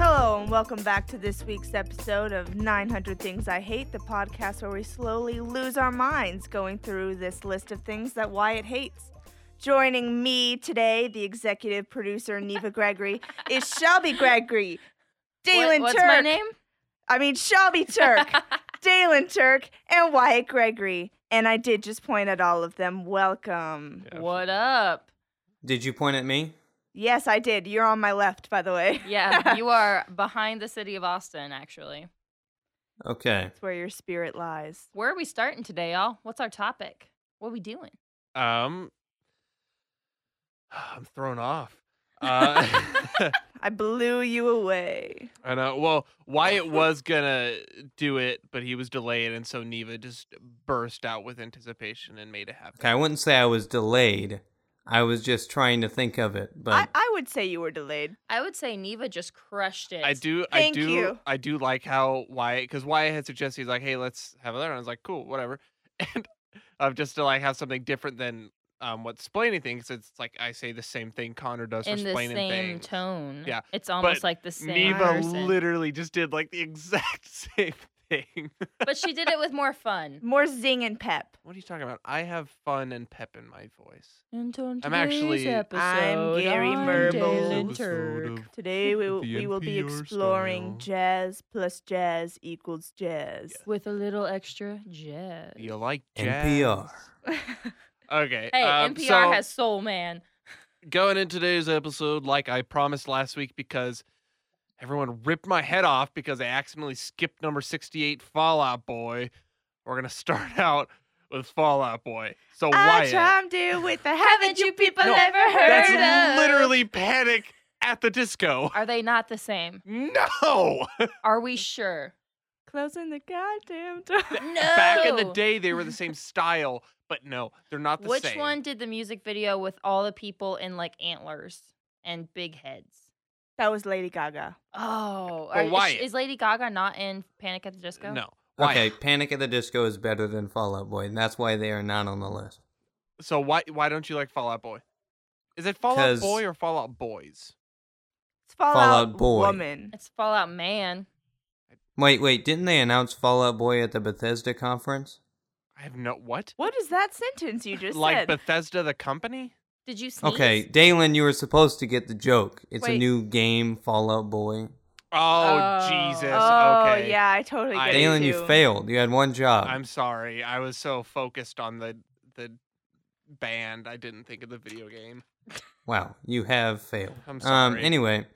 welcome back to this week's episode of 900 Things I Hate, the podcast where we slowly lose our minds going through this list of things that Wyatt hates. Joining me today, the executive producer Neva Gregory, is Shelby Gregory, Dalen what's Turk. my name? I mean Shelby Turk, Dalen Turk, and Wyatt Gregory. And I did just point at all of them. Welcome. What up? Did you point at me? Yes, I did. You're on my left, by the way. Yeah, you are behind the city of Austin, actually. Okay. That's where your spirit lies. Where are we starting today, y'all? What's our topic? What we doing? Um, I'm thrown off. Uh, I blew you away. I know. Well, Wyatt was gonna do it, but he was delayed, and so Neva just burst out with anticipation and made it happen. Okay, I wouldn't say I was delayed. I was just trying to think of it, but I, I would say you were delayed. I would say Neva just crushed it. I do, Thank I do, you. I do like how Wyatt, because Wyatt had suggested he's like, "Hey, let's have another." And I was like, "Cool, whatever." And um, just to like have something different than um what splaining thinks. It's like I say the same thing Connor does in for the splaining same things. tone. Yeah, it's almost like the same Neva person. literally just did like the exact same thing. but she did it with more fun. More zing and pep. What are you talking about? I have fun and pep in my voice. I'm actually- I'm Gary Dalen Today we, The will- we will be NPR exploring style. jazz plus jazz equals jazz. with a little extra jazz. You like jazz? NPR. Okay. Hey, um, NPR so has soul, man. going in today's episode, like I promised last week, because everyone ripped my head off because I accidentally skipped number sixty-eight, Fallout Boy. We're gonna start out with Fallout Boy. So I Wyatt, charmed you with the haven't you people No, ever heard that's of? literally panic at the disco. Are they not the same? No. Are we sure? Closing the goddamn door. No. Back in the day, they were the same style, but no, they're not the Which same. one did the music video with all the people in like antlers and big heads? That was Lady Gaga. Oh, Or are- is- Wyatt. Is, Lady Gaga not in Panic at the Disco? No. Why? okay, Panic at the Disco is better than Fall Out Boy, and that's why they are not on the list. So why why don't you like Fallout Boy? Is it Fallout 'Cause- Boy or Fallout Boys? It's Fallout, Fallout Boy. Woman. it's Fallout Man. Wait, wait, didn't they announce Fall Out Boy at the Bethesda conference? I have no what? What is that sentence you just like said? Bethesda the company? Did you sneeze? Okay, Dalen, you were supposed to get the joke. It's Wait. a new game, Fall Out Boy. Oh, Oh. Jesus. oh okay. yeah, I totally I- get Dalen, it. you too. failed. You had one job. I'm sorry. I was so focused on the the band I didn't think of the video game. Wow, you have failed. I'm Um, sorry. anyway,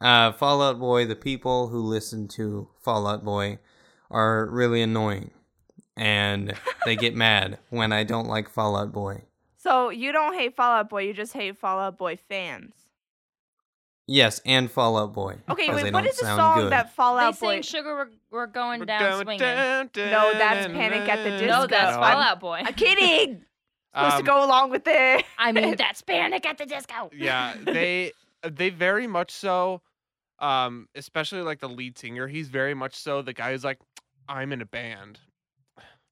uh, Fallout Boy, the people who listen to Fallout Boy are really annoying. And they get mad when I don't like Fallout Boy. So you don't hate Fallout Boy, you just hate Fallout Boy fans. Yes, and Fallout Boy. Okay, 'cause wait, they what don't is the sound song good. that They Fallout Boy? sing Sugar We're, we're Going We're Down Swinging. going down, No, that's Panic at the down, Disco. No, that's No. Fallout Boy. I'm kidding. Supposed to Um, go along with it. I mean, that's Panic at the Disco. yeah they they very much so um especially like the lead singer he's very much so the guy who's like i'm in a band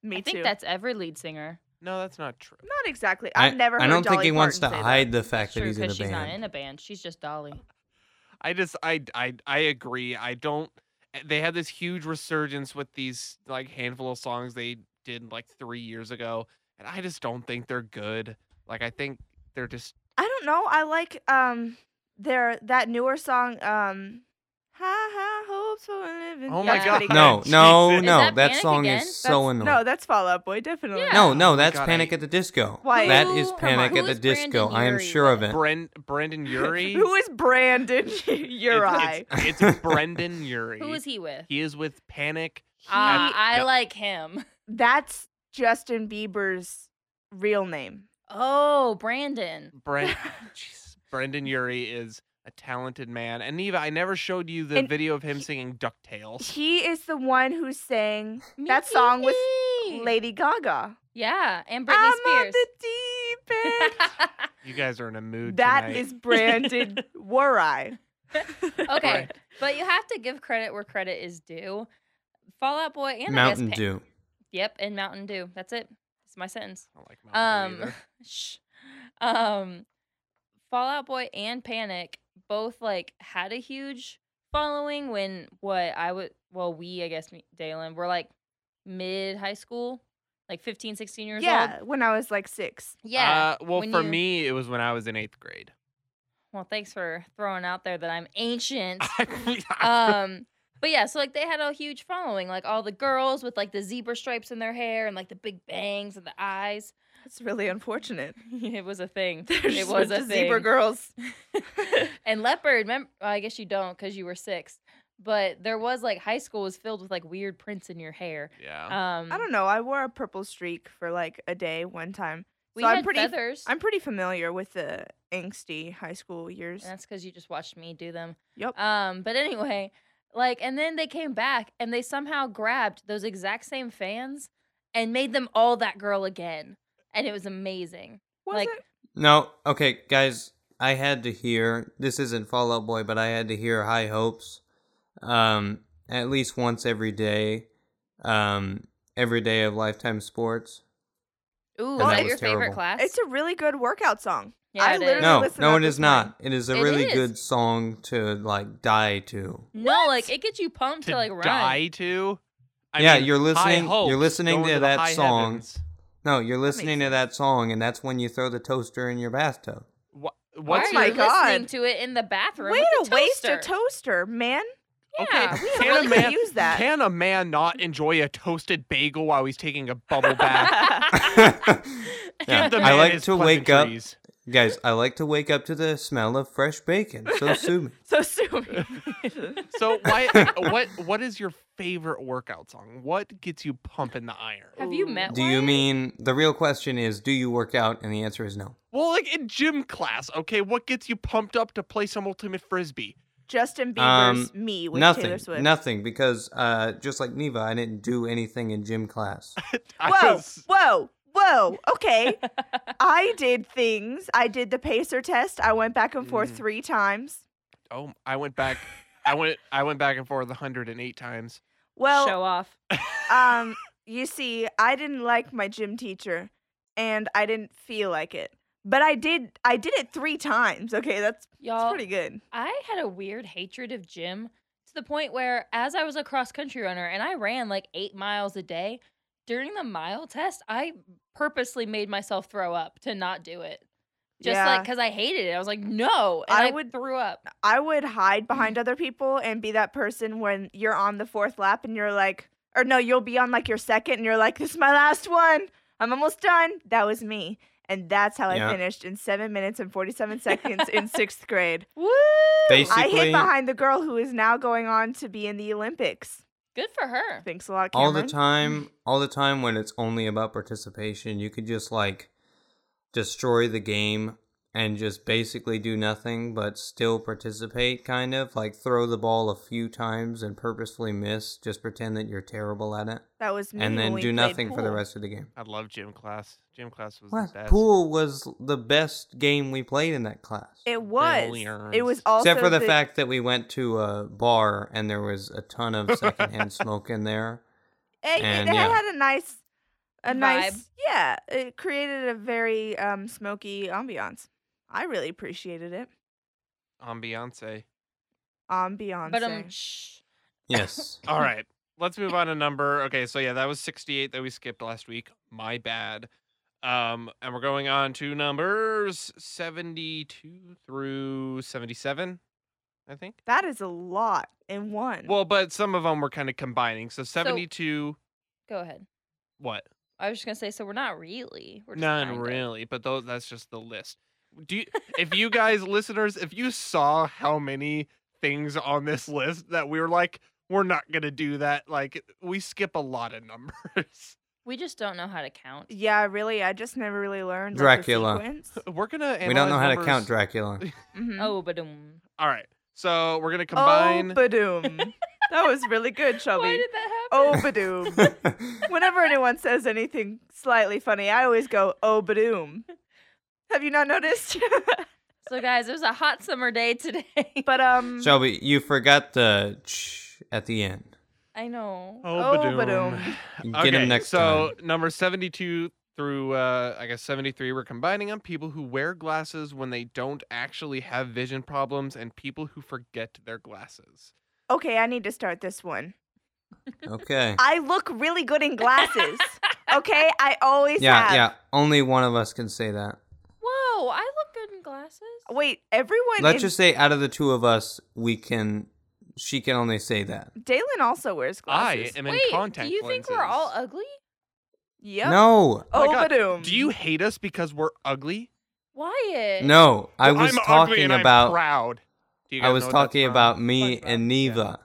Me I too. think that's every lead singer. no that's not true not exactly. I, I've never. I heard don't think Dolly he wants to Parton say that. hide the fact that True, he's in a because she's band. not in a band. She's just Dolly. i just I, I i agree i don't eh, they had this huge resurgence with these like handful of songs they did like three years ago and i just don't think they're good like i think they're just I don't know. I like um their that newer song um ha ha hopes for living. oh That's my pretty god good. no, no, Is no. that That, Panic song again? is so That's- annoying. No, that's Fallout Boy definitely. Yeah. no, Oh no, my that's God, I Panic hate- at the Disco. Why- That is Who- Panic who at the is Brandon Disco. I am Urie sure of with? it. Bren, brendan yuri Who is Brandon Uri? it's, it's, it's brendan yuri Who is he with? he is with panic Ah, He- I no. like him. That's Justin Bieber's real name. Oh, Brandon. Brent, Jesus, Brendan Urie is a talented man. And Neva, I never showed you the And video of him singing DuckTales. He is the one who sang Me, That song was me. Lady Gaga. Yeah, and Britney I'm on Spears. the deep end. You guys are in a mood. That tonight. is Brandon Wurai. okay, Right. but you have to give credit where credit is due. Fallout Boy and I Mountain guess, Pa- Dew. Yep, and Mountain Dew. That's it. That's my sentence. I don't like Mountain Um, Dew either. shh. um, Fallout Boy and Panic both like had a huge following when what I would well we I guess me, Dalen were like mid high school, like 15, 16 years yeah, old. when I was like six. Yeah. Uh, well, when for you- me, it was when I was in eighth grade. well, thanks for throwing out there that I'm ancient. I um but yeah so like they had a huge following like all the girls with like the zebra stripes in their hair and like the big bangs and the eyes It's really unfortunate. it was a thing There's it was a zebra thing. girls. and leopard remember i guess you don't because you were six but there was like high school was filled with like weird prints in your hair yeah. um I don't know. I wore a purple streak for like a day one time. we so I'm had pretty- feathers I'm pretty familiar with the angsty high school years. And that's because you just watched me do them Yep. um but anyway like and then they came back and they somehow grabbed those exact same fans and made them all that girl again and it was amazing Was like- it? No, okay, guys, I had to hear this isn't Fallout Boy, but I had to hear High Hopes um at least once every day. Um every day of Lifetime Sports. Ooh, is that that was your terrible. favorite class? It's a really good workout song. yeah, I it is. literally- No, listen no up it this is not. It is a It really is. good song to like die to. no, like it gets you pumped to, to like run. die to. I yeah, mean, you're high listening hopes you're listening going to the that high song. heavens. No, you're listening makes to that song and that's when you throw the toaster in your bathtub. Wha- Why Oh What's are my you listening God. to it in the bathroom? Way with to the waste a toaster? toaster, man. Yeah, okay. we can really a could man use that. can a man not enjoy a toasted bagel while he's taking a bubble bath? Yeah, Give the I man like his to wake up- pleasantries. guys, I like to wake up to the smell of fresh bacon. So sue me. So soon. So why? what? What is your favorite workout song? What gets you pumping the iron? Have you Ooh. met? Do you one? mean the real question is do you work out? And the answer is no. Well, like in gym class, okay, what gets you pumped up to play some ultimate frisbee? Justin Bieber's Um, "Me" with Taylor nothing. Swift. Nothing because uh, just like Neva, I didn't do anything in gym class. I whoa, was- whoa, whoa. Okay. I did things. I did the pacer test. I went back and forth Mm. three times. oh, I went back. I went. I went back and forth 108 times. Well, show off? Uh, um, you see, I didn't like my gym teacher and I didn't feel like it. But I did I did it three times. Okay, that's, that's Y'all, pretty good. I had a weird hatred of gym to the point where, as I was a cross country runner and I ran like eight miles a day, during the mile test, I purposely made myself throw up to not do it. Just yeah. like because I hated it, I was like, no, and I I, would- threw up. I would Mm-hmm. hide behind other people and be that person when you're on the fourth lap and you're like, or no, you'll be on like your second and you're like, this is my last one. I'm almost done. That was me. And that's how Yeah. I finished in seven minutes and 47 seconds in sixth grade. Woo! I Basically, hid behind the girl who is now going on to be in the Olympics. Good for her. Thanks a lot, Cameron. all the time, all the time when it's only about participation, you could just like destroy the game and just basically do nothing but still participate kind of like throw the ball a few times and purposefully miss just pretend that you're terrible at it That was me. and when then we do played nothing for the pool. rest of the game I love gym class. Gym class was What? the best. Pool was the best game we played in that class. It was. It Billiards. was also Except for the, fact that we went to a bar and there was a ton of secondhand smoke in there. It, and, it yeah. had a nice, a Vibe. nice, yeah. It created a very um, smoky ambiance. I really appreciated it. Ambiance. Ambiance. But um, shh. Yes. All right. Let's move on to number. Okay, so yeah, that was 68 that we skipped last week. My bad. Um, and we're going on to numbers 72 through 77, I think. that is a lot in one. Well, but some of them were kind of combining. So 72, Go ahead. what? I was just gonna say, so we're not really. We're just None kinda. really, but those that's just the list. Do you, if you guys listeners, if you saw how many things on this list that we were like, we're not gonna do that. Like we skip a lot of numbers. We just don't know how to count. yeah, really. I just never really learned Dracula. We're gonna. we don't know how analyze to count numbers- Dracula. Oh, Oh, but um, All right. So we're gonna oh, combine. badoom. that was really good, why Chubby. did that happen? Oh, badoom. Whenever anyone says anything slightly funny, I always go, oh, badoom. Have you not noticed? So guys, it was a hot summer day today. but, um, Shelby, you forgot the ch at the end. I know. Oh, badoom. Get Okay, him next so time. number seventy-two through uh, I guess seventy-three, we're combining on people who wear glasses when they don't actually have vision problems and people who forget their glasses. Okay, I need to start this one. Okay. I look really good in glasses. okay, I always yeah, have. yeah. Only one of us can say that. Whoa, I look good in glasses. Wait, everyone. Let's in- just say out of the two of us, we can. She can only say that. Dalen also wears I glasses. am in Wait, contact do you think we're lenses. all ugly? Yep. No, Oh Oh, my God. ba-doom. Do you hate us because we're ugly? Wyatt. no. I was am ugly talking and I'm about. proud. Do you I guys was know what that's talking from? about me SpongeBob, and yeah. Neva.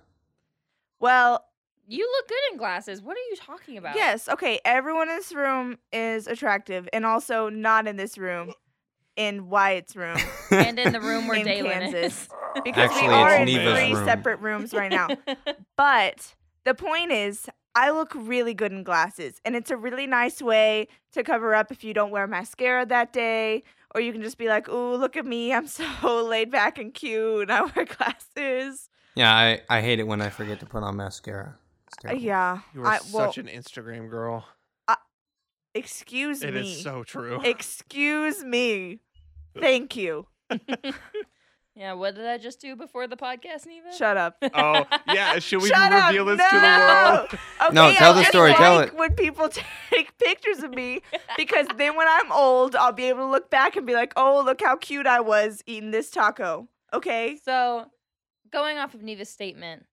Well, You look good in glasses. What are you talking about? yes. Okay, everyone in this room is attractive, and also not in this room, in Wyatt's room And in the room where in Dalen Kansas, is. because Actually, we are it's in Neva's three room. separate rooms right now. But the point is, I look really good in glasses, and it's a really nice way to cover up if you don't wear mascara that day, or you can just be like, "Ooh, look at me! I'm so laid back and cute, and I wear glasses." Yeah, I, I hate it when I forget to put on mascara. It's Uh, terrible. Yeah, You are I, well, such an Instagram girl. excuse It me. is so true. excuse me. Thank you. yeah, what did I just do before the podcast, Neva? Shut up. oh yeah, should we Shut up. reveal this no! to the world? Okay, No, tell I the just story, Like tell it. When people take pictures of me, because then when I'm old, I'll be able to look back and be like, "Oh, look how cute I was eating this taco." Okay. So, going off of Neva's statement,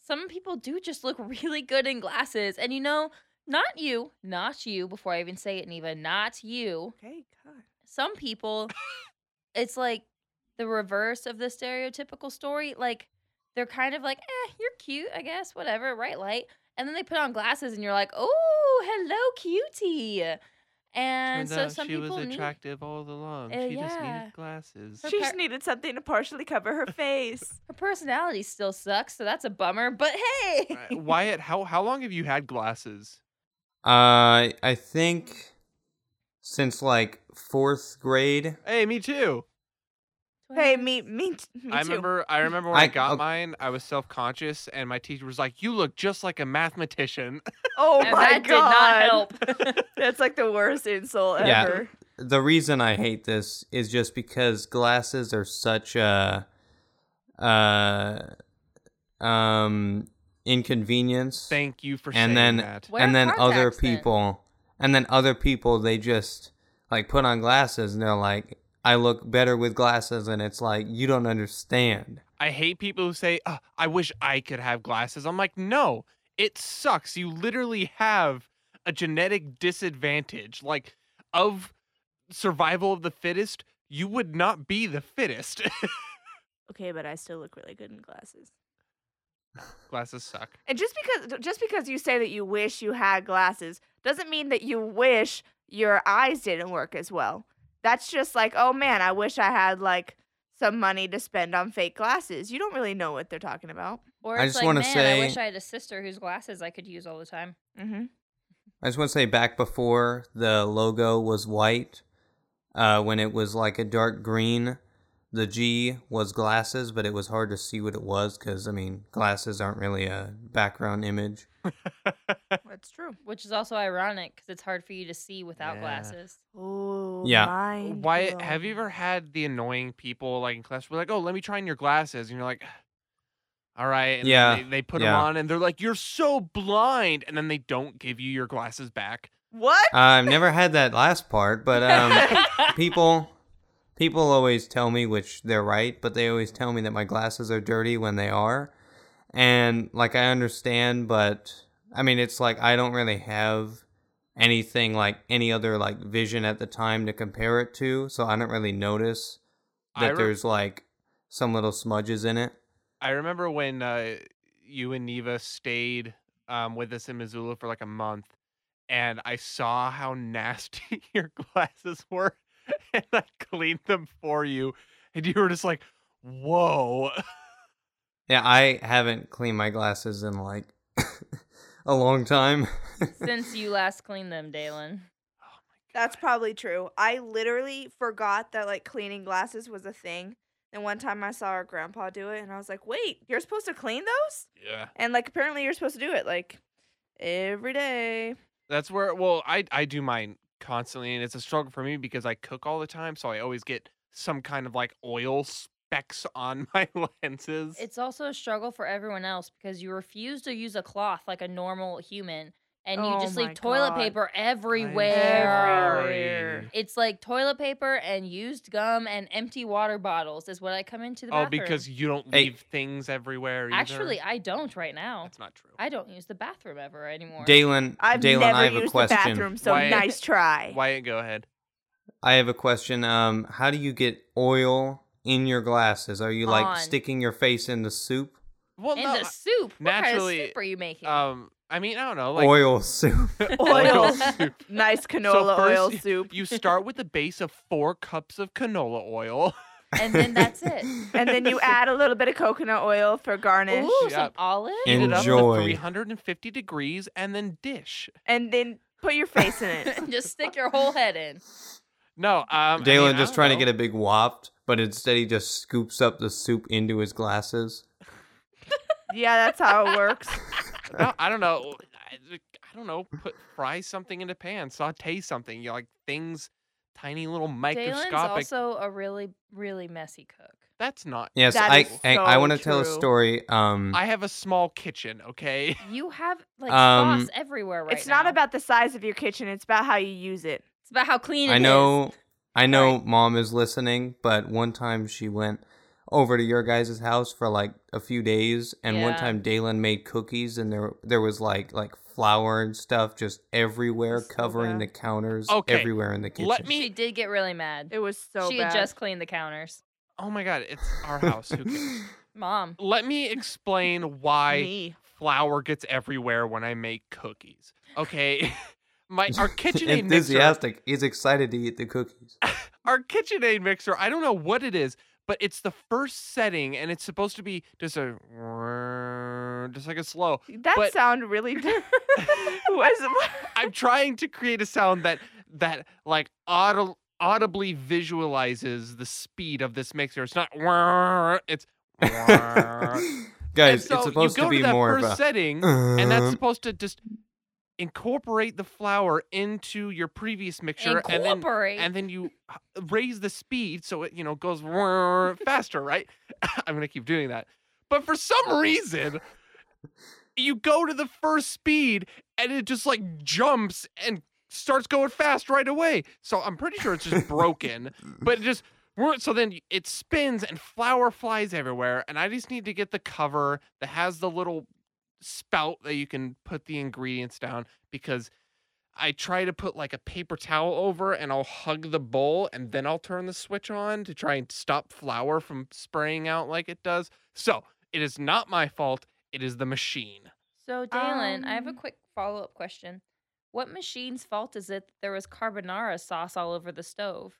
some people do just look really good in glasses. And you know, not you, not you, before I even say it, Neva, not you. Okay. God. Some people, it's like the reverse of the stereotypical story. Like, they're kind of like, eh, you're cute, I guess, whatever, right light. And then they put on glasses and you're like, oh, hello, cutie. And Turns so out some uh, she people was need- attractive all along. Uh, she just yeah. needed glasses. Her She just par- needed something to partially cover her face. her personality still sucks, so that's a bummer. But hey, Uh, Wyatt, how how long have you had glasses? Uh, I think since like fourth grade. Hey, me too. hey, me, me, t- me I too. remember I remember when I, I- got okay. mine, I was self-conscious and my teacher was like, "You look just like a mathematician." oh And my that god, did not help. That's like the worst insult Yeah. ever. The reason I hate this is just because glasses are such a uh um inconvenience. Thank you for saying and then that. Wear and then other contacts then. people and then other people they just like put on glasses and they're like I look better with glasses and it's like you don't understand. I hate people who say, "Ah, "I wish I could have glasses." I'm like, "No, it sucks. You literally have a genetic disadvantage. Like of survival of the fittest, you would not be the fittest." Okay, but I still look really good in glasses. glasses suck. And just because just because you say that you wish you had glasses doesn't mean that you wish your eyes didn't work as well. That's just like, oh man, I wish I had like some money to spend on fake glasses. You don't really know what they're talking about. or I it's just like, wanna man, I say- wish I had a sister whose glasses I could use all the time. Mm-hmm. I just want to say back before the logo was white, uh, when it was like a dark green, the G was glasses, but it was hard to see what it was because, I mean, glasses aren't really a background image. That's true. Which is also ironic because it's hard for you to see without Yeah. glasses. Oh, Yeah. mind Why blown. have you ever had the annoying people like in class? We're like, "Oh, let me try on your glasses," and you're like. All right. And then Yeah, They, they put yeah. them on and they're like, you're so blind. And then they don't give you your glasses back. What? I've never had that last part, but um, people. People always tell me, which they're right, but they always tell me that my glasses are dirty when they are. And, like, I understand, but I mean, it's like I don't really have anything like any other like vision at the time to compare it to, so I don't really notice I that re- there's like some little smudges in it. I remember when uh, you and Neva stayed um, with us in Missoula for like a month, and I saw how nasty your glasses were, and I cleaned them for you, and you were just like, "Whoa!" Yeah, I haven't cleaned my glasses in like a long time. Since you last cleaned them, Dalen. That's probably true. I literally forgot that like cleaning glasses was a thing. And one time I saw our grandpa do it and I was like, "Wait, you're supposed to clean those?" Yeah, And like apparently you're supposed to do it like every day. that's where. Well, I I do mine constantly, and it's a struggle for me because I cook all the time, so I always get some kind of like oil s- specks on my lenses. It's also a struggle for everyone else because you refuse to use a cloth like a normal human and you Oh just my leave toilet God. paper I everywhere. worry. It's like toilet paper and used gum and empty water bottles is what I come into the Oh, bathroom. because you don't Hey. leave things everywhere. Either. actually I don't right now. that's not true. I don't use the bathroom ever anymore. Dalen, I've Dalen, never I have a used question. the bathroom, so Why- nice try. Wyatt, go ahead. I have a question. Um, how do you get oil in your glasses? Are you like On. sticking your face in the soup? Well, and no, the soup. What kind naturally, of soup are you making? um, I mean, I don't know, like oil soup. Oil. soup. nice canola first oil you- soup. You start with a base of four cups of canola oil. and then that's it. and Um, then you add a little bit of coconut oil for garnish. Ooh, some Yep. olive. Heat it up to Enjoy. 350 degrees and then dish. And then put your face in it. just stick your whole head in. No, um, Dalen just trying to get a big waft, but instead he just scoops up the soup into his glasses. Yeah, that's how it works. it. No, I don't know. I, I don't know. Put fry something in a pan, saute something. You know, like things, tiny little Dalen's microscopic. also a really, really messy cook. That's not. Yes, That I is I, so I want to tell a true. story. Um, I have a small kitchen. Okay. You have like Um, sauce everywhere right it's not now. about the size of your kitchen, it's about how you use it. It's about how clean it is. I know, I know, mom is listening. But one time she went over to your guys' house for like a few days, and one Yeah. time Dalen made cookies, and there there was like like flour and stuff just everywhere, So covering bad. the counters, Okay, everywhere in the kitchen. let me- She did get really mad. It was so she bad. had just cleaned the counters. Oh my God, it's our house. Who cares? Mom. Let me explain why Me. flour gets everywhere when I make cookies. Okay. My our KitchenAid mixer enthusiastic. He's excited to eat the cookies. our KitchenAid mixer, I don't know what it is, but it's the first setting and it's supposed to be just a just like a slow. That But- sound really was I'm trying to create a sound that that like audi- audibly visualizes the speed of this mixer. It's not it's And Guys, so it's supposed you go to, to be that more of first a setting and Uh-huh. that's supposed to just incorporate the flour into your previous mixture and then Incorporate. and then you h- raise the speed so it you know goes whirr faster right i'm gonna keep doing that but for some reason you go to the first speed and it just like jumps and starts going fast right away so i'm pretty sure it's just broken but it just whirr- so then it spins and flour flies everywhere and i just need to get the cover that has the little spout that you can put the ingredients down because I try to put like a paper towel over and I'll hug the bowl and then I'll turn the switch on to try and stop flour from spraying out like it does. So it is not my fault. It is the machine. So Dalen, I have a Um, quick follow up question. What machine's fault is it that there was carbonara sauce all over the stove?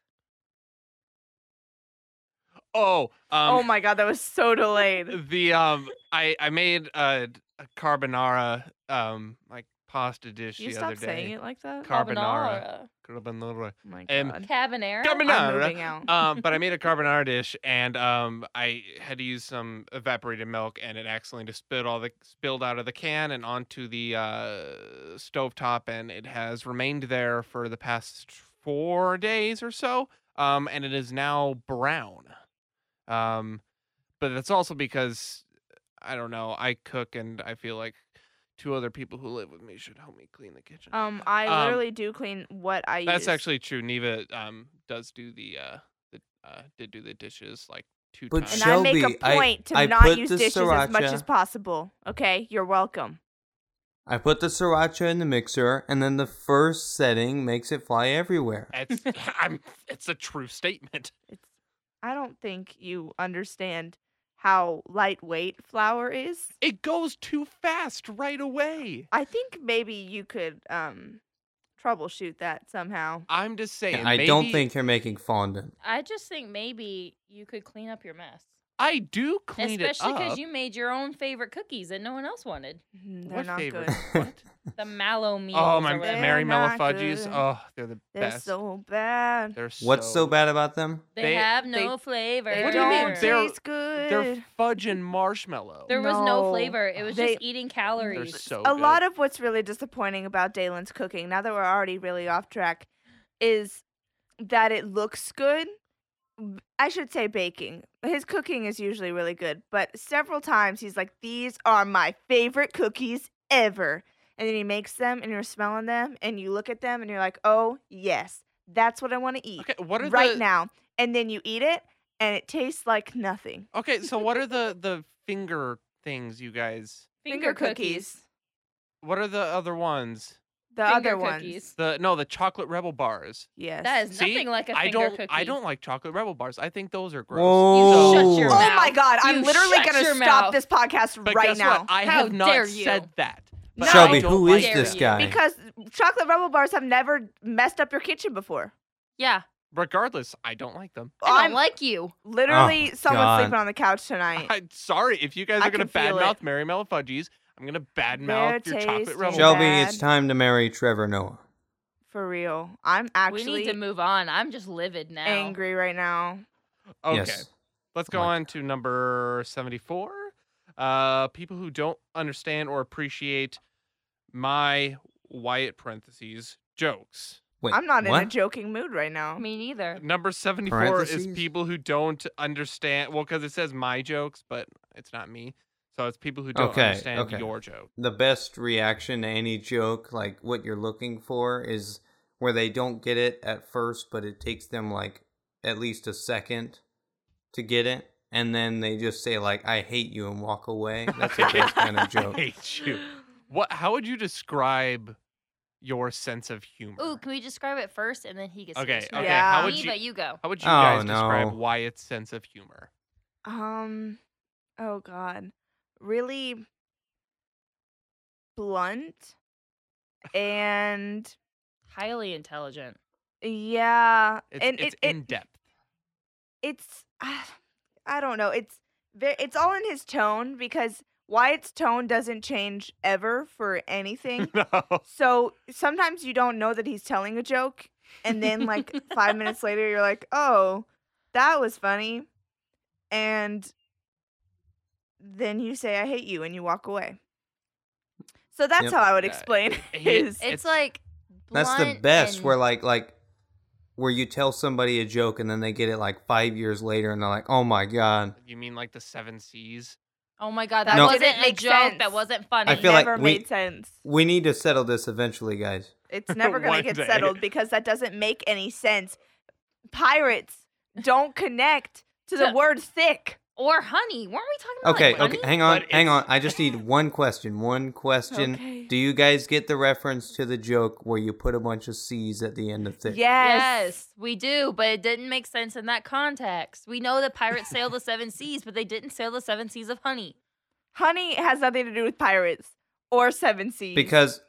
Oh, um, oh my god, that was so delayed. the um, I I made a, a carbonara um like pasta dish You the other stop day. saying it like that? Car- Carbonara. Carbonara. Oh my Um, god. I'm Carbonara. Carbonara. moving out. um, but I made a carbonara dish, and um, I had to use some evaporated milk, and it accidentally just spilled all the spilled out of the can and onto the uh, stovetop, and it has remained there for the past four days or so, um, and it is now brown. Um, but that's also because I don't know. I cook, and I feel like two other people who live with me should help me clean the kitchen. Um, I um, literally do clean what I use. That's actually true. Neva um does do the uh, the, uh did do the dishes like two But times. And Shel- I make Shelby, a I- point to I not put use the dishes as much sriracha- as possible. Okay, you're welcome. I put the sriracha in the mixer, and then the first setting makes it fly everywhere. it's I'm, it's a true statement. It's I don't think you understand how lightweight flour is. It goes too fast right away. I think maybe you could um troubleshoot that somehow. I'm just saying. I don't maybe- think you're making fondant. I just think maybe you could clean up your mess. I do clean Especially it up. because you made your own favorite cookies that no one else wanted. Mm, They're what not favorite? good. What? The mallow meal. oh my whatever. Mary They're Mellow not Fudgies. good. Oh, they're the They're best. so bad. they're What's so bad about them? They, They- have no flavor. They What do you mean? don't They're- taste good. They're fudge and marshmallow. There was no No. flavor. It was They- just eating They're calories. so a lot of what's really disappointing about Dalen's cooking, now that we're already really off track, is that it looks good b- I should say baking. His cooking is usually really good, but several times he's like, "These are my favorite cookies ever," and then he makes them, and you're smelling them, and you look at them, and you're like, "Oh yes, that's what I want to eat Okay, what are right the now." And then you eat it, and it tastes like nothing. Okay, so what are the the finger things you guys? What are the other ones? The Finger other ones. cookies. The no, the chocolate rebel bars. Yes. That is See, nothing like a I finger don't cookie. I don't like chocolate rebel bars. I think those are gross. Whoa. You shut your Oh mouth. my god! I'm You literally shut gonna your stop mouth. this podcast But right guess now what? I How have dare not you. said that. but I Shelby, don't who like is dare this you. guy? because chocolate rebel bars have never messed up your kitchen before. Yeah, Regardless, I don't like them. I don't I'm like you. literally Oh, someone God. sleeping on the couch tonight. I'm sorry if you guys I are gonna can feel badmouth Mary Malafudgies. I'm gonna badmouth They're your chocolate tasty. rebel. Shel- Shelby, it's bad. time to marry Trevor Noah. For real, I'm we actually need to move on. I'm just livid now. angry right now. Okay, Yes. let's go Like- on to number seventy-four. Uh, people who don't understand or appreciate my Wyatt parentheses jokes. Wait, I'm not what? in a joking mood right now. Me neither. Number 74 is Parentheses? people who don't understand. Well, because it says my jokes, but it's not me. So it's people who don't Okay, understand okay. your joke. the best reaction to any joke, like what you're looking for, is where they don't get it at first, but it takes them like at least a second to get it, and then they just say like "I hate you" and walk away. That's the best kind of I joke. hate you. What? How would you describe your sense of humor? Ooh, can we describe it first and then he gets to Okay, describe okay. it? Yeah. How would Me, you? but you go. How would you Oh, guys describe no. Wyatt's sense of humor? Um, oh god, really blunt and Highly intelligent. yeah, It's, and it's it, it in depth. it's ah, I don't know. It's ve- it's all in his tone because Wyatt's tone doesn't change ever for anything. no. so sometimes you don't know that he's telling a joke, and then like five minutes later, you're like, "Oh, that was funny," and then you say, "I hate you," and you walk away. So that's Yep. how I would Yeah, explain it- his. It's, It's- like That's the blunt best. and- Where like like where you tell somebody a joke and then they get it like five years later and they're like, "Oh my god." You mean like the seven C's? oh my god, that No. wasn't Didn't a make joke. sense. That wasn't funny. I it feel like never we- made sense. We need to settle this eventually, guys. It's never going One to get day. settled because that doesn't make any sense. Pirates don't connect to the To- word thick. or honey. Weren't we talking about Okay, like, okay, honey? hang on, But hang it's- on. I just need one question. One question. Okay. Do you guys get the reference to the joke where you put a bunch of C's at the end of Yes. thick? Yes, we do, but it didn't make sense in that context. We know that pirates sailed the seven seas, but they didn't sail the seven seas of honey. Honey has nothing to do with pirates or seven seas. Because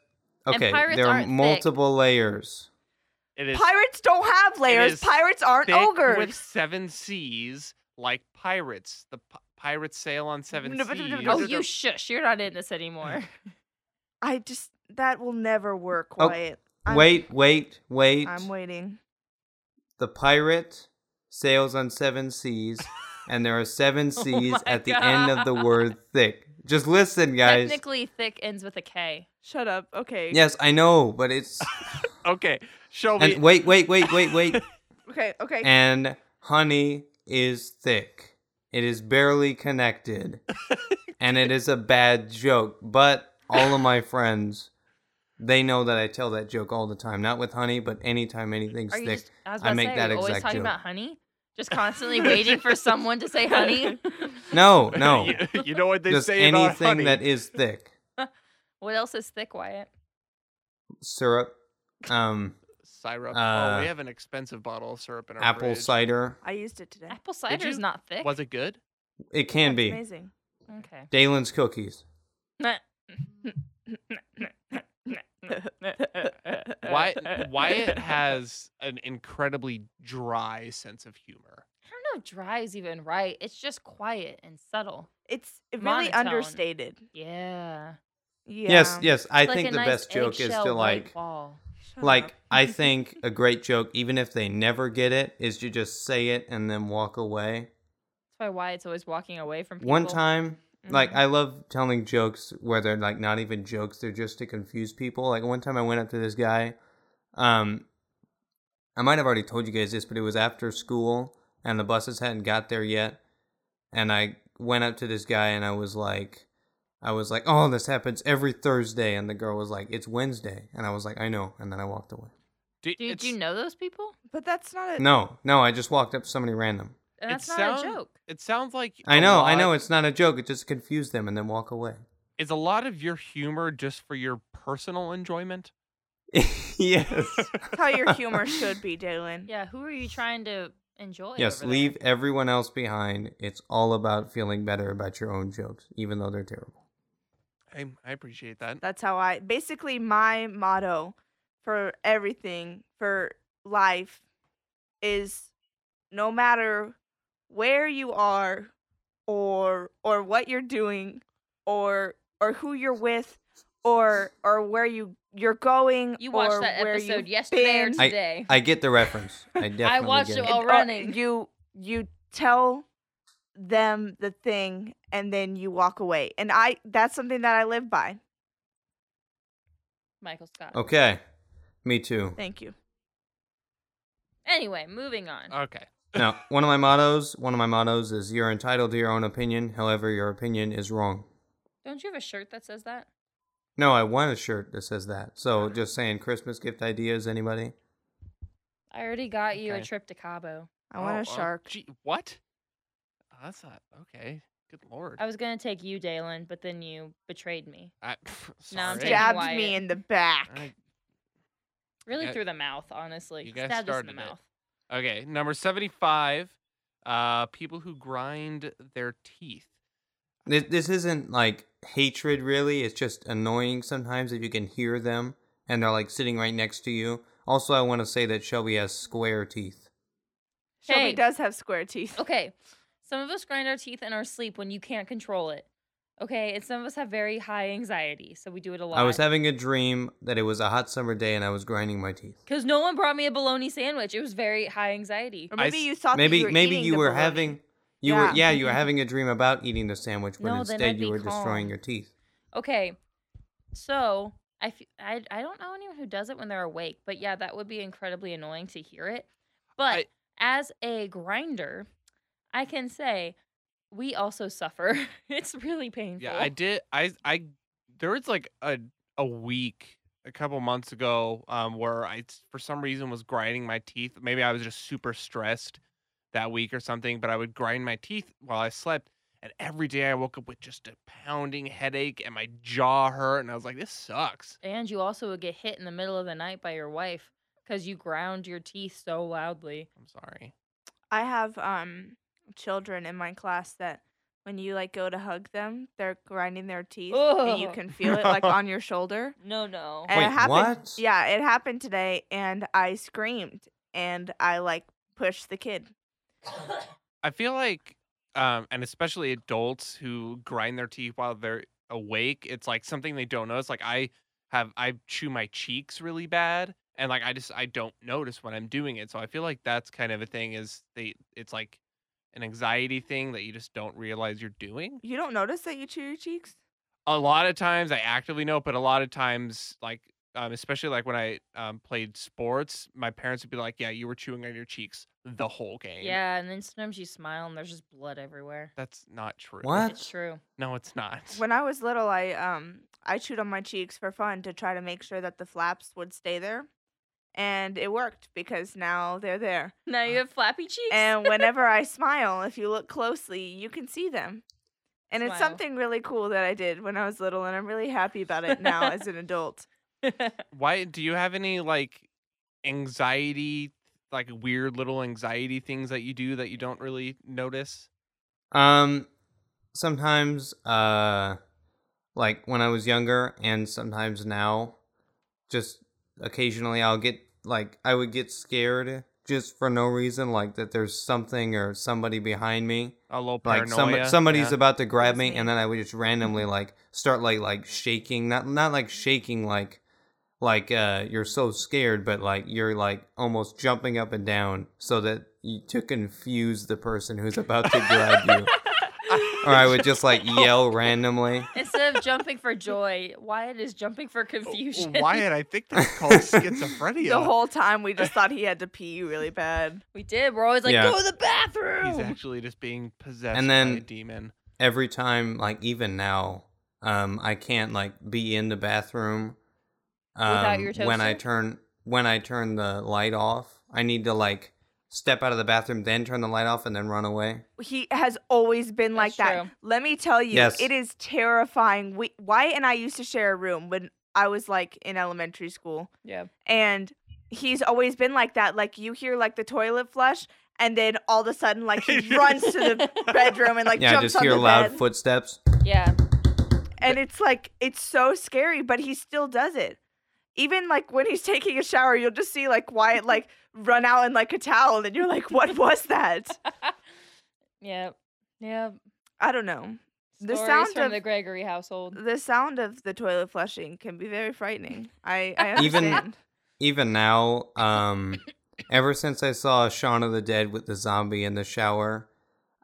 And okay, pirates there are aren't thick. multiple layers. It is pirates don't have layers. is Pirates aren't thick ogres. with seven C's, like pirates. The pi- pirates sail on seven No, seas. but- but- but- Oh, you shush! You're not in this anymore. I just that will never work, Oh, Wyatt. I'm- wait, wait, wait. I'm waiting. the pirate sails on seven seas, and there are seven Oh seas my at the end of the word thick. Just listen, guys. Technically, thick ends with a K. Shut up. Okay. Yes, I know, but it's Okay, Oh, Shelby. and wait, wait, wait, wait, wait. Okay. Okay. and honey is thick. It is barely connected. and it is a bad joke. But all of my friends, they know that I tell that joke all the time. Not with honey, but anytime anything's Are you thick. just? I was I about to make say, are that you always exact talking joke. about honey. Just constantly waiting for someone to say honey. No, no. you, you know what they just say about honey? anything that is thick. what else is thick, Wyatt? Syrup, um, syrup. oh, Uh, we have an expensive bottle of syrup in our apple fridge. cider. I used it Eh, today. Apple cider is you- not thick. Was it good? It can That's be. amazing. Okay. Dalen's cookies. Uh, Why Wyatt has an incredibly dry sense of humor. I don't know if dry is even right. It's just quiet and subtle. It's really Monotone. understated. Yeah. Yeah. Yes, yes. I It's like think a the nice best joke is eggshell to white like wall. Shut up. Like I think a great joke, even if they never get it, is to just say it and then walk away. That's why Wyatt's always walking away from people. Mm-hmm. One time, like Mm-hmm. Mhm. I love telling jokes where they're like not even jokes; they're just to confuse people. Like one time, I went up to this guy. Um, I might have already told you guys this, but it was after school, and the buses hadn't got there yet. And I went up to this guy and I was like, I was like, oh, this happens every Thursday. And the girl was like, it's Wednesday. And I was like, I know. And then I walked away. D- Did it's- you know those people? But that's not a. No, no, I just walked up to somebody random. And It that's not a sound- joke. It sounds like I a know, I lot- know, it's not a joke. It just confused them and then walk away. Is a lot of your humor just for your personal enjoyment? yes. That's how your humor should be, Dalen. Yeah, who are you trying to enjoy? Yes, over there? leave everyone else behind. It's all about feeling better about your own jokes, even though they're terrible. I, I appreciate that. That's how I basically my motto for everything for life is no matter where you are or or what you're doing or or who you're with or or where you you're going You or watched that where episode you've yesterday or been. I- today. I get the reference. I definitely watched get it it. and, all uh, running. you you tell them the thing and then you walk away. And I that's something that I live by. Michael Scott. Okay. Me too. Thank you. Anyway, moving on. Okay. Now, one of my mottos, one of my mottos is you're entitled to your own opinion, however your opinion is wrong. Don't you have a shirt that says that? No, I want a shirt that says that. So just saying Christmas gift ideas, anybody? I already got you a Okay. trip to Cabo. I want Oh, a oh, shark. gee, what? Oh, that's not okay. Good lord. I was gonna take you, Dalen, but then you betrayed me. I, No, I'm sorry. taking stabbed Wyatt. me in the back. I- Really got- through the mouth, honestly. you guys Stabbed us in the started it. mouth. Okay, number 75, uh people who grind their teeth. This, this isn't like hatred, really. It's just annoying sometimes if you can hear them and they're like sitting right next to you. Also, I want to say that Shelby has square teeth. Shelby Hey. Oh. does have square teeth. Okay. Some of us grind our teeth in our sleep when you can't control it. Okay, and some of us have very high anxiety, so we do it a lot. I was having a dream that it was a hot summer day and I was grinding my teeth. Because no one brought me a bologna sandwich. It was very high anxiety. Or I maybe s- you thought maybe that you were maybe eating you the were bologna. having you Yeah. were yeah you were having a dream about eating the sandwich, but No, then I'd instead you be were calm. destroying your teeth. Okay, so I, f- I, I don't know anyone who does it when they're awake, but yeah, that would be incredibly annoying to hear it. But I- as a grinder, I can say we also suffer. it's really painful. Yeah, I did I I there was like a a week a couple months ago um where I s- for some reason was grinding my teeth. Maybe I was just super stressed that week or something, but I would grind my teeth while I slept. And every day I woke up with just a pounding headache and my jaw hurt and I was like this sucks. And you also would get hit in the middle of the night by your wife because you ground your teeth so loudly. I'm sorry. I have um children in my class that when you like go to hug them, they're grinding their teeth and you Ugh. can feel it like on your shoulder. No, no. And it Wait, happened, what? Yeah, it happened today, and I screamed and I like pushed the kid. I feel like, um, and especially adults who grind their teeth while they're awake, it's like something they don't notice. Like I have, I chew my cheeks really bad, and like I just I don't notice when I'm doing it. So I feel like that's kind of a thing. Is they, it's like an anxiety thing that you just don't realize you're doing. You don't notice that you chew your cheeks? A lot of times I actively know, but a lot of times like. Um, especially like when I um, played sports, my parents would be like, "Yeah, you were chewing on your cheeks the whole game." Yeah, and then sometimes you smile and there's just blood everywhere. that's not true. What? It's true. No, it's not. When I was little, I um I chewed on my cheeks for fun to try to make sure that the flaps would stay there, and it worked because now they're there. Now you have flappy Uh, cheeks. And whenever I smile, if you look closely, you can see them. And it's Smile. something really cool that I did when I was little, and I'm really happy about it now as an adult. Why do you have any like anxiety, like weird little anxiety things that you do that you don't really notice? Um, sometimes, uh, like when I was younger, and sometimes now, just occasionally I'll get like I would get scared just for no reason, like that there's something or somebody behind me, A little like paranoia. some, somebody's yeah. about to grab That's me, me. and then I would just randomly like start like like shaking, not not like shaking like like uh you're so scared but like you're like almost jumping up and down so that you, to confuse the person who's about to grab you or I would just like yell randomly. Instead of jumping for joy, Wyatt is jumping for confusion. Oh, Wyatt, I think that's called schizophrenia. The whole time we just thought he had to pee really bad. We did. We're always like, Yeah. go to the bathroom. He's actually just being possessed And by a then- demon. Every time, like even now, um, I can't like be in the bathroom um, Without your when I toaster? turn when I turn the light off. I need to like step out of the bathroom, then turn the light off, and then run away. He has always been like That's that. true. Let me tell you, Yes. it is terrifying. We, Wyatt and I used to share a room when I was like in elementary school, Yeah. and he's always been like that. Like you hear like the toilet flush, and then all of a sudden, like he runs to the bedroom and like yeah, I jumps just on hear the loud bed, footsteps. Yeah. and it's like it's so scary. But he still does it. Even like when he's taking a shower, you'll just see like Wyatt like run out in like a towel, and you're like, "What was that?" Yeah. Yeah. I don't know. The Stories sound from of- the Gregory household. The sound of the toilet flushing can be very frightening. I, I Even- understand. Even now, um, ever since I saw Shaun of the Dead with the zombie in the shower,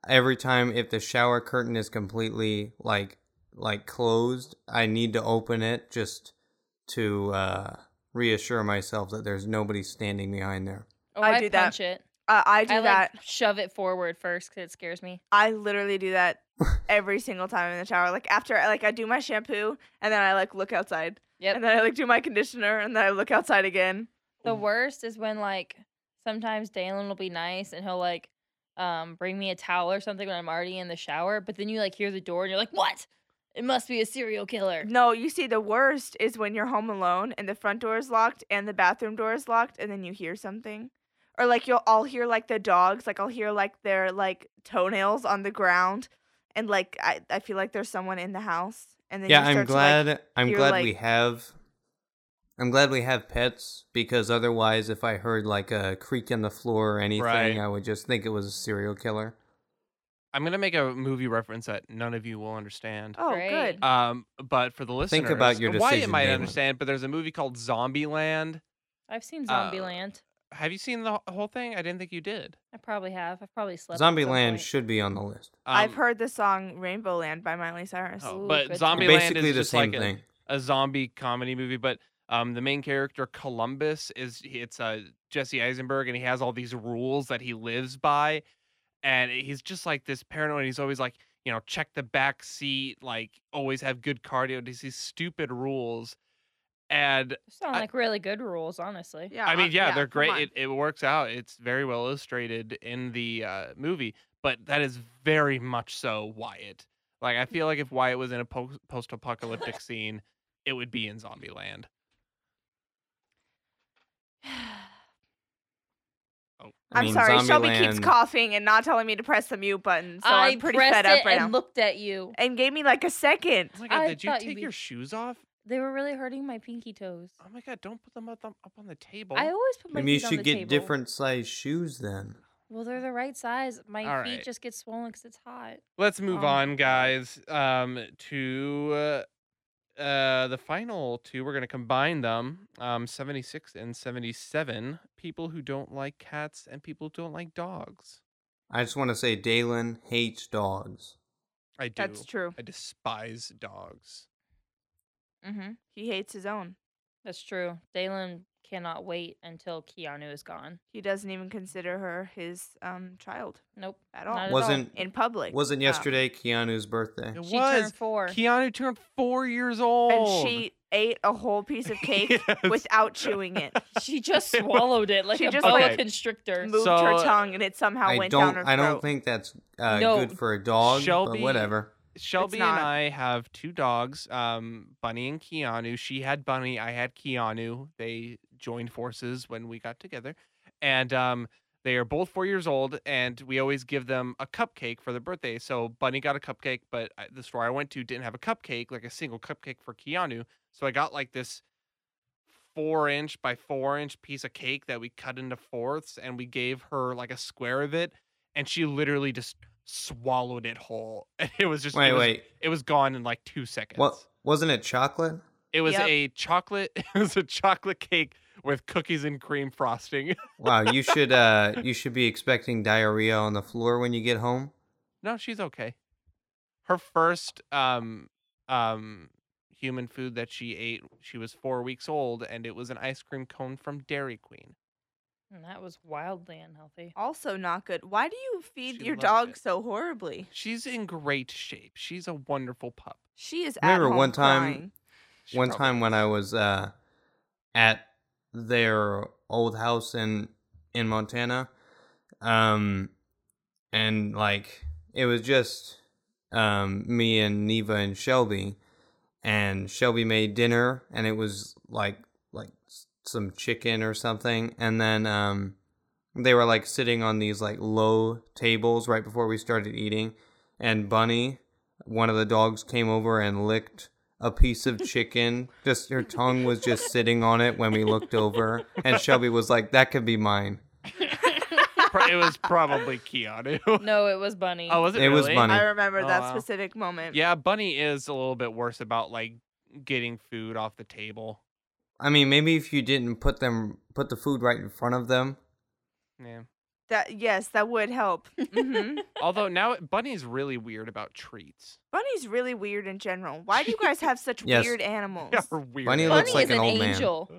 every time if the shower curtain is completely like like closed, I need to open it just to uh, reassure myself that there's nobody standing behind there. Oh, I I, do that. punch it. uh, I do I that. like shove it forward first because it scares me. I literally do that every single time in the shower. Like after, I like I do my shampoo and then I like look outside Yep. and then I like do my conditioner and then I look outside again. The worst is when like sometimes Dalen will be nice and he'll like um bring me a towel or something when I'm already in the shower, but then you like hear the door and you're like, What? It must be a serial killer. No, you see, the worst is when you're home alone and the front door is locked and the bathroom door is locked and then you hear something. Or like you'll all hear like the dogs, like I'll hear like their like toenails on the ground and like I, I feel like there's someone in the house. And then yeah, you start I'm to, like, glad. I'm hear, glad like- we have. I'm glad we have pets because otherwise, if I heard like a creak in the floor or anything, Right. I would just think it was a serial killer. I'm gonna make a movie reference that none of you will understand. Oh, Great. good. Um, but for the listeners, Think about your and Wyatt decision, might Damon. understand. But there's a movie called Zombieland. I've seen Uh, Zombieland. Have you seen the wh- whole thing? I didn't think you did. I probably have. I've probably slept. at some Zombieland point. should be on the list. I've Um, heard the song Rainbow Land by Miley Cyrus. Oh, Ooh, but good song. Zombieland Basically, is the just same like a- thing. a zombie comedy movie, but um, the main character Columbus is it's uh, Jesse Eisenberg, and he has all these rules that he lives by, and he's just like this paranoid. He's always like, you know, check the back seat, like always have good cardio. These these stupid rules, and Sound I- like really good rules, honestly. Yeah, I mean, yeah, they're come great. on. It, it works out. It's very well illustrated in the uh, movie, but that is very much so Wyatt. Like, I feel like if Wyatt was in a post apocalyptic scene, it would be in Zombieland. I I'm Oh, mean, sorry, Shelby keeps Zombieland- coughing and not telling me to press the mute button, so I am pretty pressed fed up it right and now. looked at you. And gave me like a second. Oh my god, I did you thought you'd take be- your shoes off? They were really hurting my pinky toes. Oh my god, don't put them up, up on the table. I always put my Maybe you feet on should the get table. different size shoes then. Well, they're the right size. My All feet right. just get swollen because it's hot. Let's move Oh. on, guys, um, to uh, uh, the final two. We're going to combine them um, 76 and 77. People who don't like cats and people who don't like dogs. I just want to say Dalen hates dogs. I do. That's true. I despise dogs. Mm-hmm. He hates his own. That's true. Dalen cannot wait until Keanu is gone. He doesn't even consider her his um child Nope. at all. Not at all. Wasn't in public. wasn't Um, yesterday Keanu's birthday? It She was. turned four. Keanu turned four years old. and she ate a whole piece of cake Yes. without chewing it. she just swallowed it like She a just, boa like, constrictor. Moved So, her uh, tongue and it somehow I went don't. down her I don't throat. think that's uh, No. good for a dog. Shelby- But whatever. Shelby and not. I have two dogs, um, Bunny and Keanu. She had Bunny, I had Keanu. They joined forces when we got together, and um, they are both four years old. And we always give them a cupcake for their birthday. So Bunny got a cupcake, but I- the store I went to didn't have a cupcake, like a single cupcake for Keanu. So I got like this four inch by four inch piece of cake that we cut into fourths, and we gave her like a square of it, and she literally just swallowed it whole. And it was just it Wait, was wait. it was gone in like two seconds. What wasn't it? Chocolate? It was Yep. a chocolate. It was a chocolate cake with cookies and cream frosting. Wow. You should. Uh, you should be expecting diarrhea on the floor when you get home. no, she's okay. her first um um human food that she ate, she was four weeks old, and it was an ice cream cone from Dairy Queen. And that was wildly unhealthy. Also not good. Why do you feed She your loved dog it. so horribly? She's in great shape. She's a wonderful pup. She is at Remember home one time- crying. She One probably time when is. I was uh, at their old house in in Montana, um, and like it was just um, me and Neva and Shelby, and Shelby made dinner, and it was like like s- some chicken or something, and then um, they were like sitting on these like low tables right before we started eating, and Bunny, one of the dogs, came over and licked a piece of chicken. Just her tongue was just sitting on it when we looked over, and Shelby was like, "That could be mine." Pro- it was probably Keanu. no, it was Bunny. oh, was it? It was really? Bunny. I remember Oh, that wow. specific moment. Yeah, Bunny is a little bit worse about like getting food off the table. I mean, maybe if you didn't put them put the food right in front of them. Yeah. That yes, that would help. hmm Although now it- Bunny's really weird about treats. Bunny's really weird in general. Why do you guys have such Yes. weird animals? Yeah, we're weird. Bunny animals. Bunny looks like is an an, old man. angel.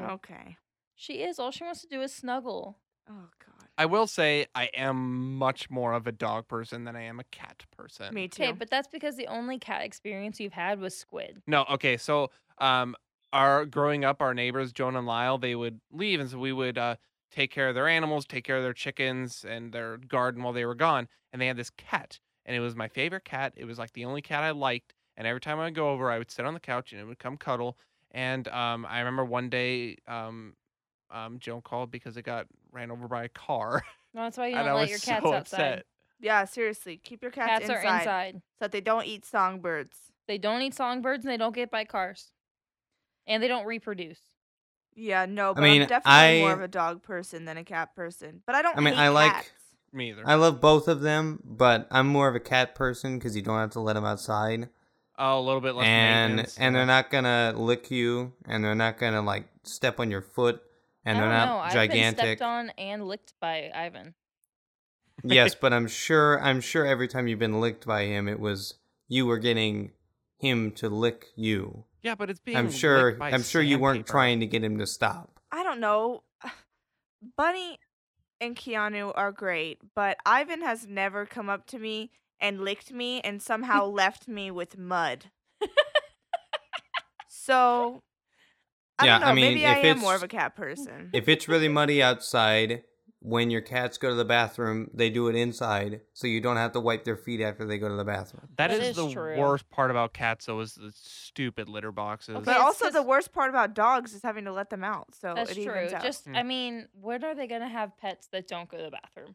Okay. She is. All she wants to do is snuggle. Oh god. I will say I am much more of a dog person than I am a cat person. Me too. Okay, but that's because the only cat experience you've had was squid. No, okay. So, um, our growing up, our neighbors Joan and Lyle, they would leave, and so we would uh, take care of their animals, take care of their chickens and their garden while they were gone. And they had this cat, and it was my favorite cat. It was like the only cat I liked. And every time I would go over, I would sit on the couch, and it would come cuddle. And um, I remember one day, um, um, Joan called because it got ran over by a car, No, that's why you and don't I let was your cats so outside. upset. yeah, seriously, keep your cats, Cats inside, are inside. so that they don't eat songbirds. They don't eat songbirds and they don't get by cars. And they don't reproduce. Yeah, no, but I mean, am definitely I- more of a dog person than a cat person. But I don't. I mean, hate I like- cats. Me either. I love both of them, but I'm more of a cat person because you don't have to let them outside. oh, a little bit less. and maintenance. and they're not gonna lick you, and they're not gonna like step on your foot, and I they're don't not know. I've been gigantic. stepped on and licked by Ivan. yes, but I'm sure I'm sure every time you've been licked by him, it was you were getting him to lick you. Yeah, but it's being. I'm licked sure by I'm sure you weren't sandpaper. trying to get him to stop. I don't know. Bunny and Keanu are great, but Ivan has never come up to me and licked me and somehow left me with mud. so I Yeah, don't know, I mean, maybe I if am more it's- of a cat person. If it's really muddy outside, when your cats go to the bathroom, they do it inside, so you don't have to wipe their feet after they go to the bathroom. That that is, is the true. worst part about cats, though, is the stupid litter boxes. Okay, but it's also the 'cause- worst part about dogs is having to let them out. So That's it true. evens out. Just, Mm. I mean, when are they going to have pets that don't go to the bathroom?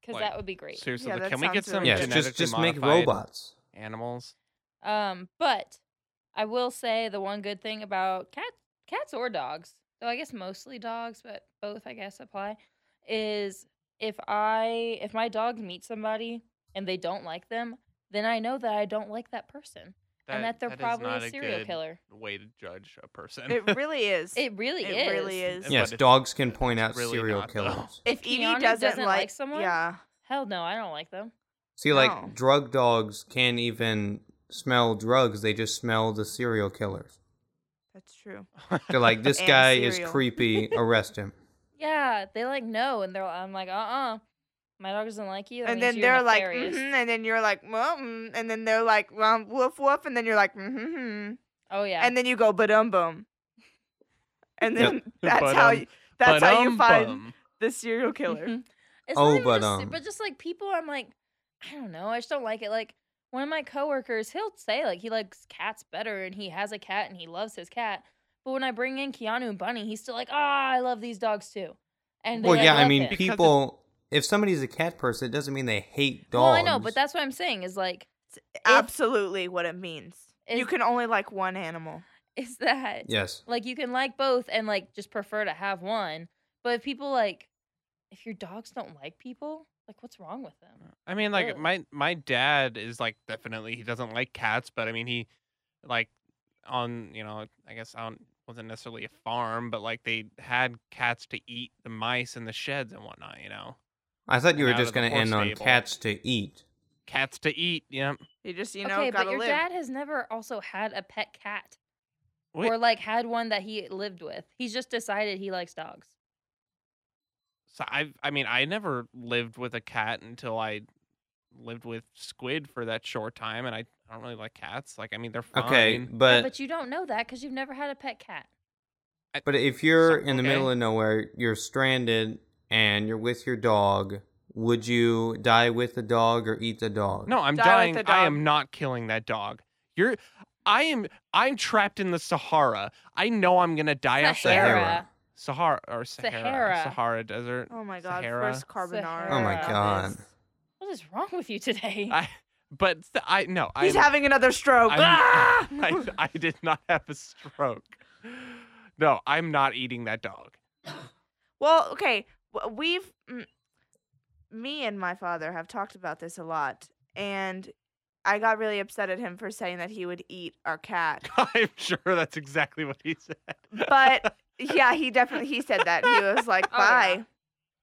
Because Like, that would be great. Seriously, Yeah, like, that can we get sounds some really Yes, good. just genetically just make modified robots. animals? Um, but I will say the one good thing about cat cats or dogs, though I guess mostly dogs, but both I guess apply, is if I if my dog meets somebody and they don't like them, then I know that I don't like that person and that they're is probably not a serial good killer. Way to judge a person. it really is. It really It is. really is. But Yes, it's- dogs can point it's out really serial not, though. killers. if Keanu Edie doesn't, doesn't like like, someone? yeah, Hell no, I don't like them. See, like No. drug dogs can't even smell drugs; they just smell the serial killers. that's true. They're like, "This And guy is cereal. creepy. Arrest him." Yeah, they like no, and they're I'm like uh uh my dog doesn't like you. that and means then you're they're like, nefarious." "Mhm," and then you're like, well, mm," and then they're like, well, woof woof, and then you're like, mm-hmm, oh yeah, and then you go badum bum, and Yep. then that's how you, that's how you find Ba-dum-bum. the serial killer. Mhm. It's Oh, not even but, just- um, but just like people, I'm like, I don't know, I just don't like it. Like one of my coworkers, he'll say like he likes cats better, and he has a cat and he loves his cat. But when I bring in Keanu and Bunny, he's still like, ah, I love these dogs too. And they, Well, like, yeah, I love mean, him. Because it's- people. If somebody's a cat person, it doesn't mean they hate dogs. well, I know, but that's what I'm saying is like, Absolutely, what it means. you Is- can only like one animal. is that yes. like you can like both and like just prefer to have one. But if people like, if your dogs don't like people, like what's wrong with them? I mean, like Ugh. my my dad is like definitely he doesn't like cats, but I mean he like on you know I guess on wasn't necessarily a farm, but like they had cats to eat the mice in the sheds and whatnot. You know, I thought you were Out of just the going to horse end on stable. cats to eat. Cats to eat. Yeah. You just, you know, okay, gotta but your live. dad has never also had a pet cat Wait. or like had one that he lived with. He's just decided he likes dogs. So I I mean I never lived with a cat until I lived with Squid for that short time, and I, I don't really like cats. Like I mean they're fine. Okay, Yeah, but but you don't know that because you've never had a pet cat. But if you're So- in the okay. middle of nowhere, you're stranded and you're with your dog, would you die with the dog or eat the dog? No, I'm Die dying. with the I dog. am not killing that dog. You're I am I'm trapped in the Sahara. I know I'm gonna die out there. Sahara. Sahara. Sahara or Sahara. Sahara. Sahara desert. Oh my god, Sahara. first carbonara. Oh my God. What is wrong with you today? I- But th- I no, He's I'm- having another stroke. I'm- Ah! I, I did not have a stroke. No, I'm not eating that dog. Well, okay, w- we've mm, me and my father have talked about this a lot, and I got really upset at him for saying that he would eat our cat. I'm sure that's exactly what he said. But yeah, he definitely he said that. He was like, Oh, yeah.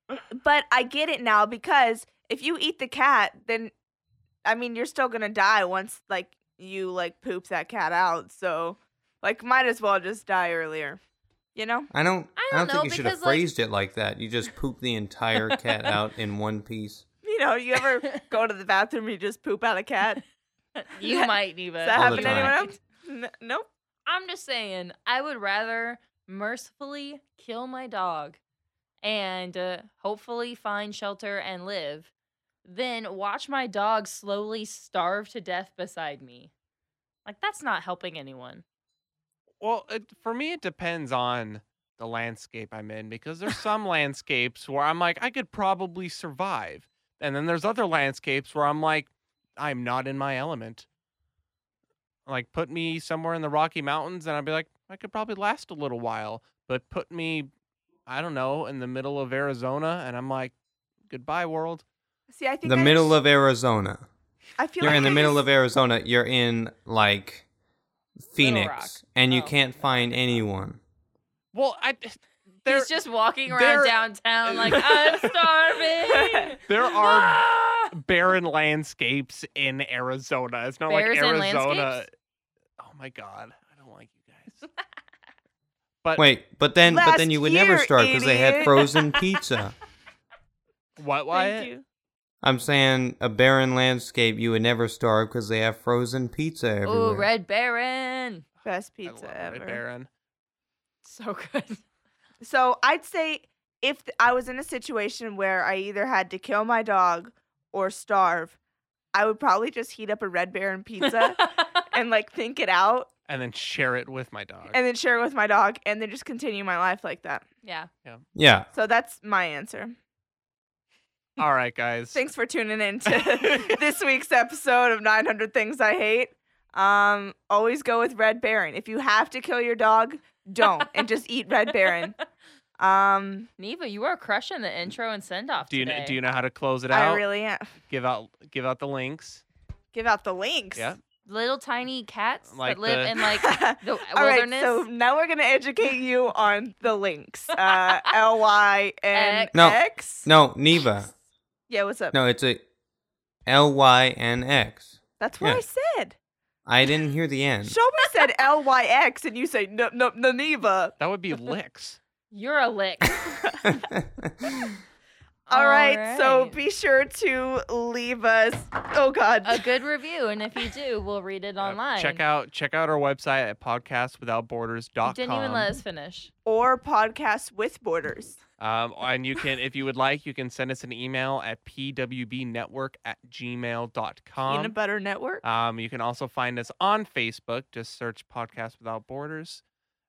"Bye." But I get it now because if you eat the cat, then I mean, you're still going to die once like you like poop that cat out. So like might as well just die earlier. You know? I don't. I I don't don't, think know, you should have because, like- phrased it like that. You just poop the entire cat out in one piece. You know, you ever go to the bathroom, you just poop out a cat. you might, Neva. Does that All the happen to anyone else? N- nope. I'm just saying, I would rather mercifully kill my dog and uh, hopefully find shelter and live than watch my dog slowly starve to death beside me. Like, that's not helping anyone. Well, it, for me, it depends on the landscape I'm in because there's some landscapes where I'm like, I could probably survive. And then there's other landscapes where I'm like, I'm not in my element. Like, put me somewhere in the Rocky Mountains and I'd be like, I could probably last a little while. But put me, I don't know, in the middle of Arizona and I'm like, goodbye, world. See, I think The I middle just- of Arizona. I feel You're like in the I middle just- of Arizona. You're in like Rock. Phoenix, and you Oh. can't find anyone. Well, I. There, He's just walking there- around downtown like, I'm starving. Ah! there are barren landscapes in Arizona. It's not Bears like and Arizona. landscapes? Oh my god, I don't like you guys. But Wait, but then, but then Last you would year, never start because they had idiot. frozen pizza. what? Thank Why? you. I'm saying a barren landscape. You would never starve because they have frozen pizza everywhere. Ooh, Red Baron. Best pizza ever. Barren. So good. So I'd say if th- I was in a situation where I either had to kill my dog or starve, I would probably just heat up a Red Baron pizza and like think it out And then share it with my dog. and then share it with my dog and then just continue my life like that. yeah. Yeah. So that's my answer. All right, guys. Thanks for tuning in to this week's episode of 900 Things I Hate. Um, always go with Red Baron. If you have to kill your dog, don't and just eat Red Baron. Um, Neva, you are crushing the intro and send off. do you know, today. do you know how to close it I out? really am. give out give out the links. give out the links. Yeah. little tiny cats Like that live the- in like the All right, wilderness? so now we're gonna educate you on the links. Uh, L Y N X. No, Neva. Yeah, what's up? No, it's a L Y N X. That's what yeah. I said. I didn't hear the end. Show me said L Y X, and you say no, no, no, Neva. That would be licks. You're a lick. All right, so Alright. be sure to leave us. Oh God. a good review, and if you do, we'll read it Uh, online. check out check out our website at You podcastwithoutborders.com. didn't even let us finish. or podcasts with borders. Um, and you can, if you would like, you can send us an email at pwbnetwork at gmail.com. Peanut Butter Network. Um, you can also find us on Facebook. Just search Podcast Without Borders.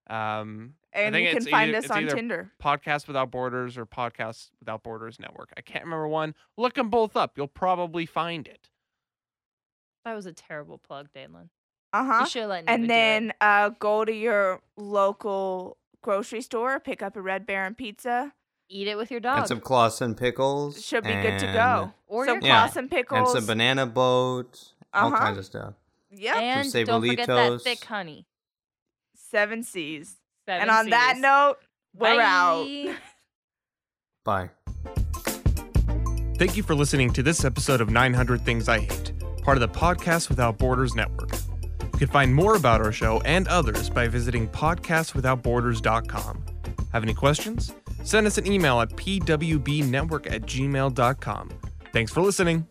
Um, and think you can it's find either- us it's on either- Tinder. Podcast Without Borders or Podcast Without Borders Network. I can't remember one. Look them both up. You'll probably find it. That was a terrible plug, Danlin. Uh huh. You should let Neva do and it. then uh, go to your local grocery store, pick up a Red Baron pizza. eat it with your and dog. some Clausen pickles. Should be good to and- go. Or some your Yeah. Clausen And pickles. some banana boats. All Uh-huh. kinds of stuff. yep. and Some don't forget that Sabolitos. thick honey. Seven C's. Seven and on that Cs. note, we're out. Bye. Bye. Thank you for listening to this episode of 900 Things I Hate, part of the Podcast Without Borders Network. You can find more about our show and others by visiting podcastwithoutborders.com. Have any questions? Send us an email at pwbnetwork at gmail.com. Thanks for listening.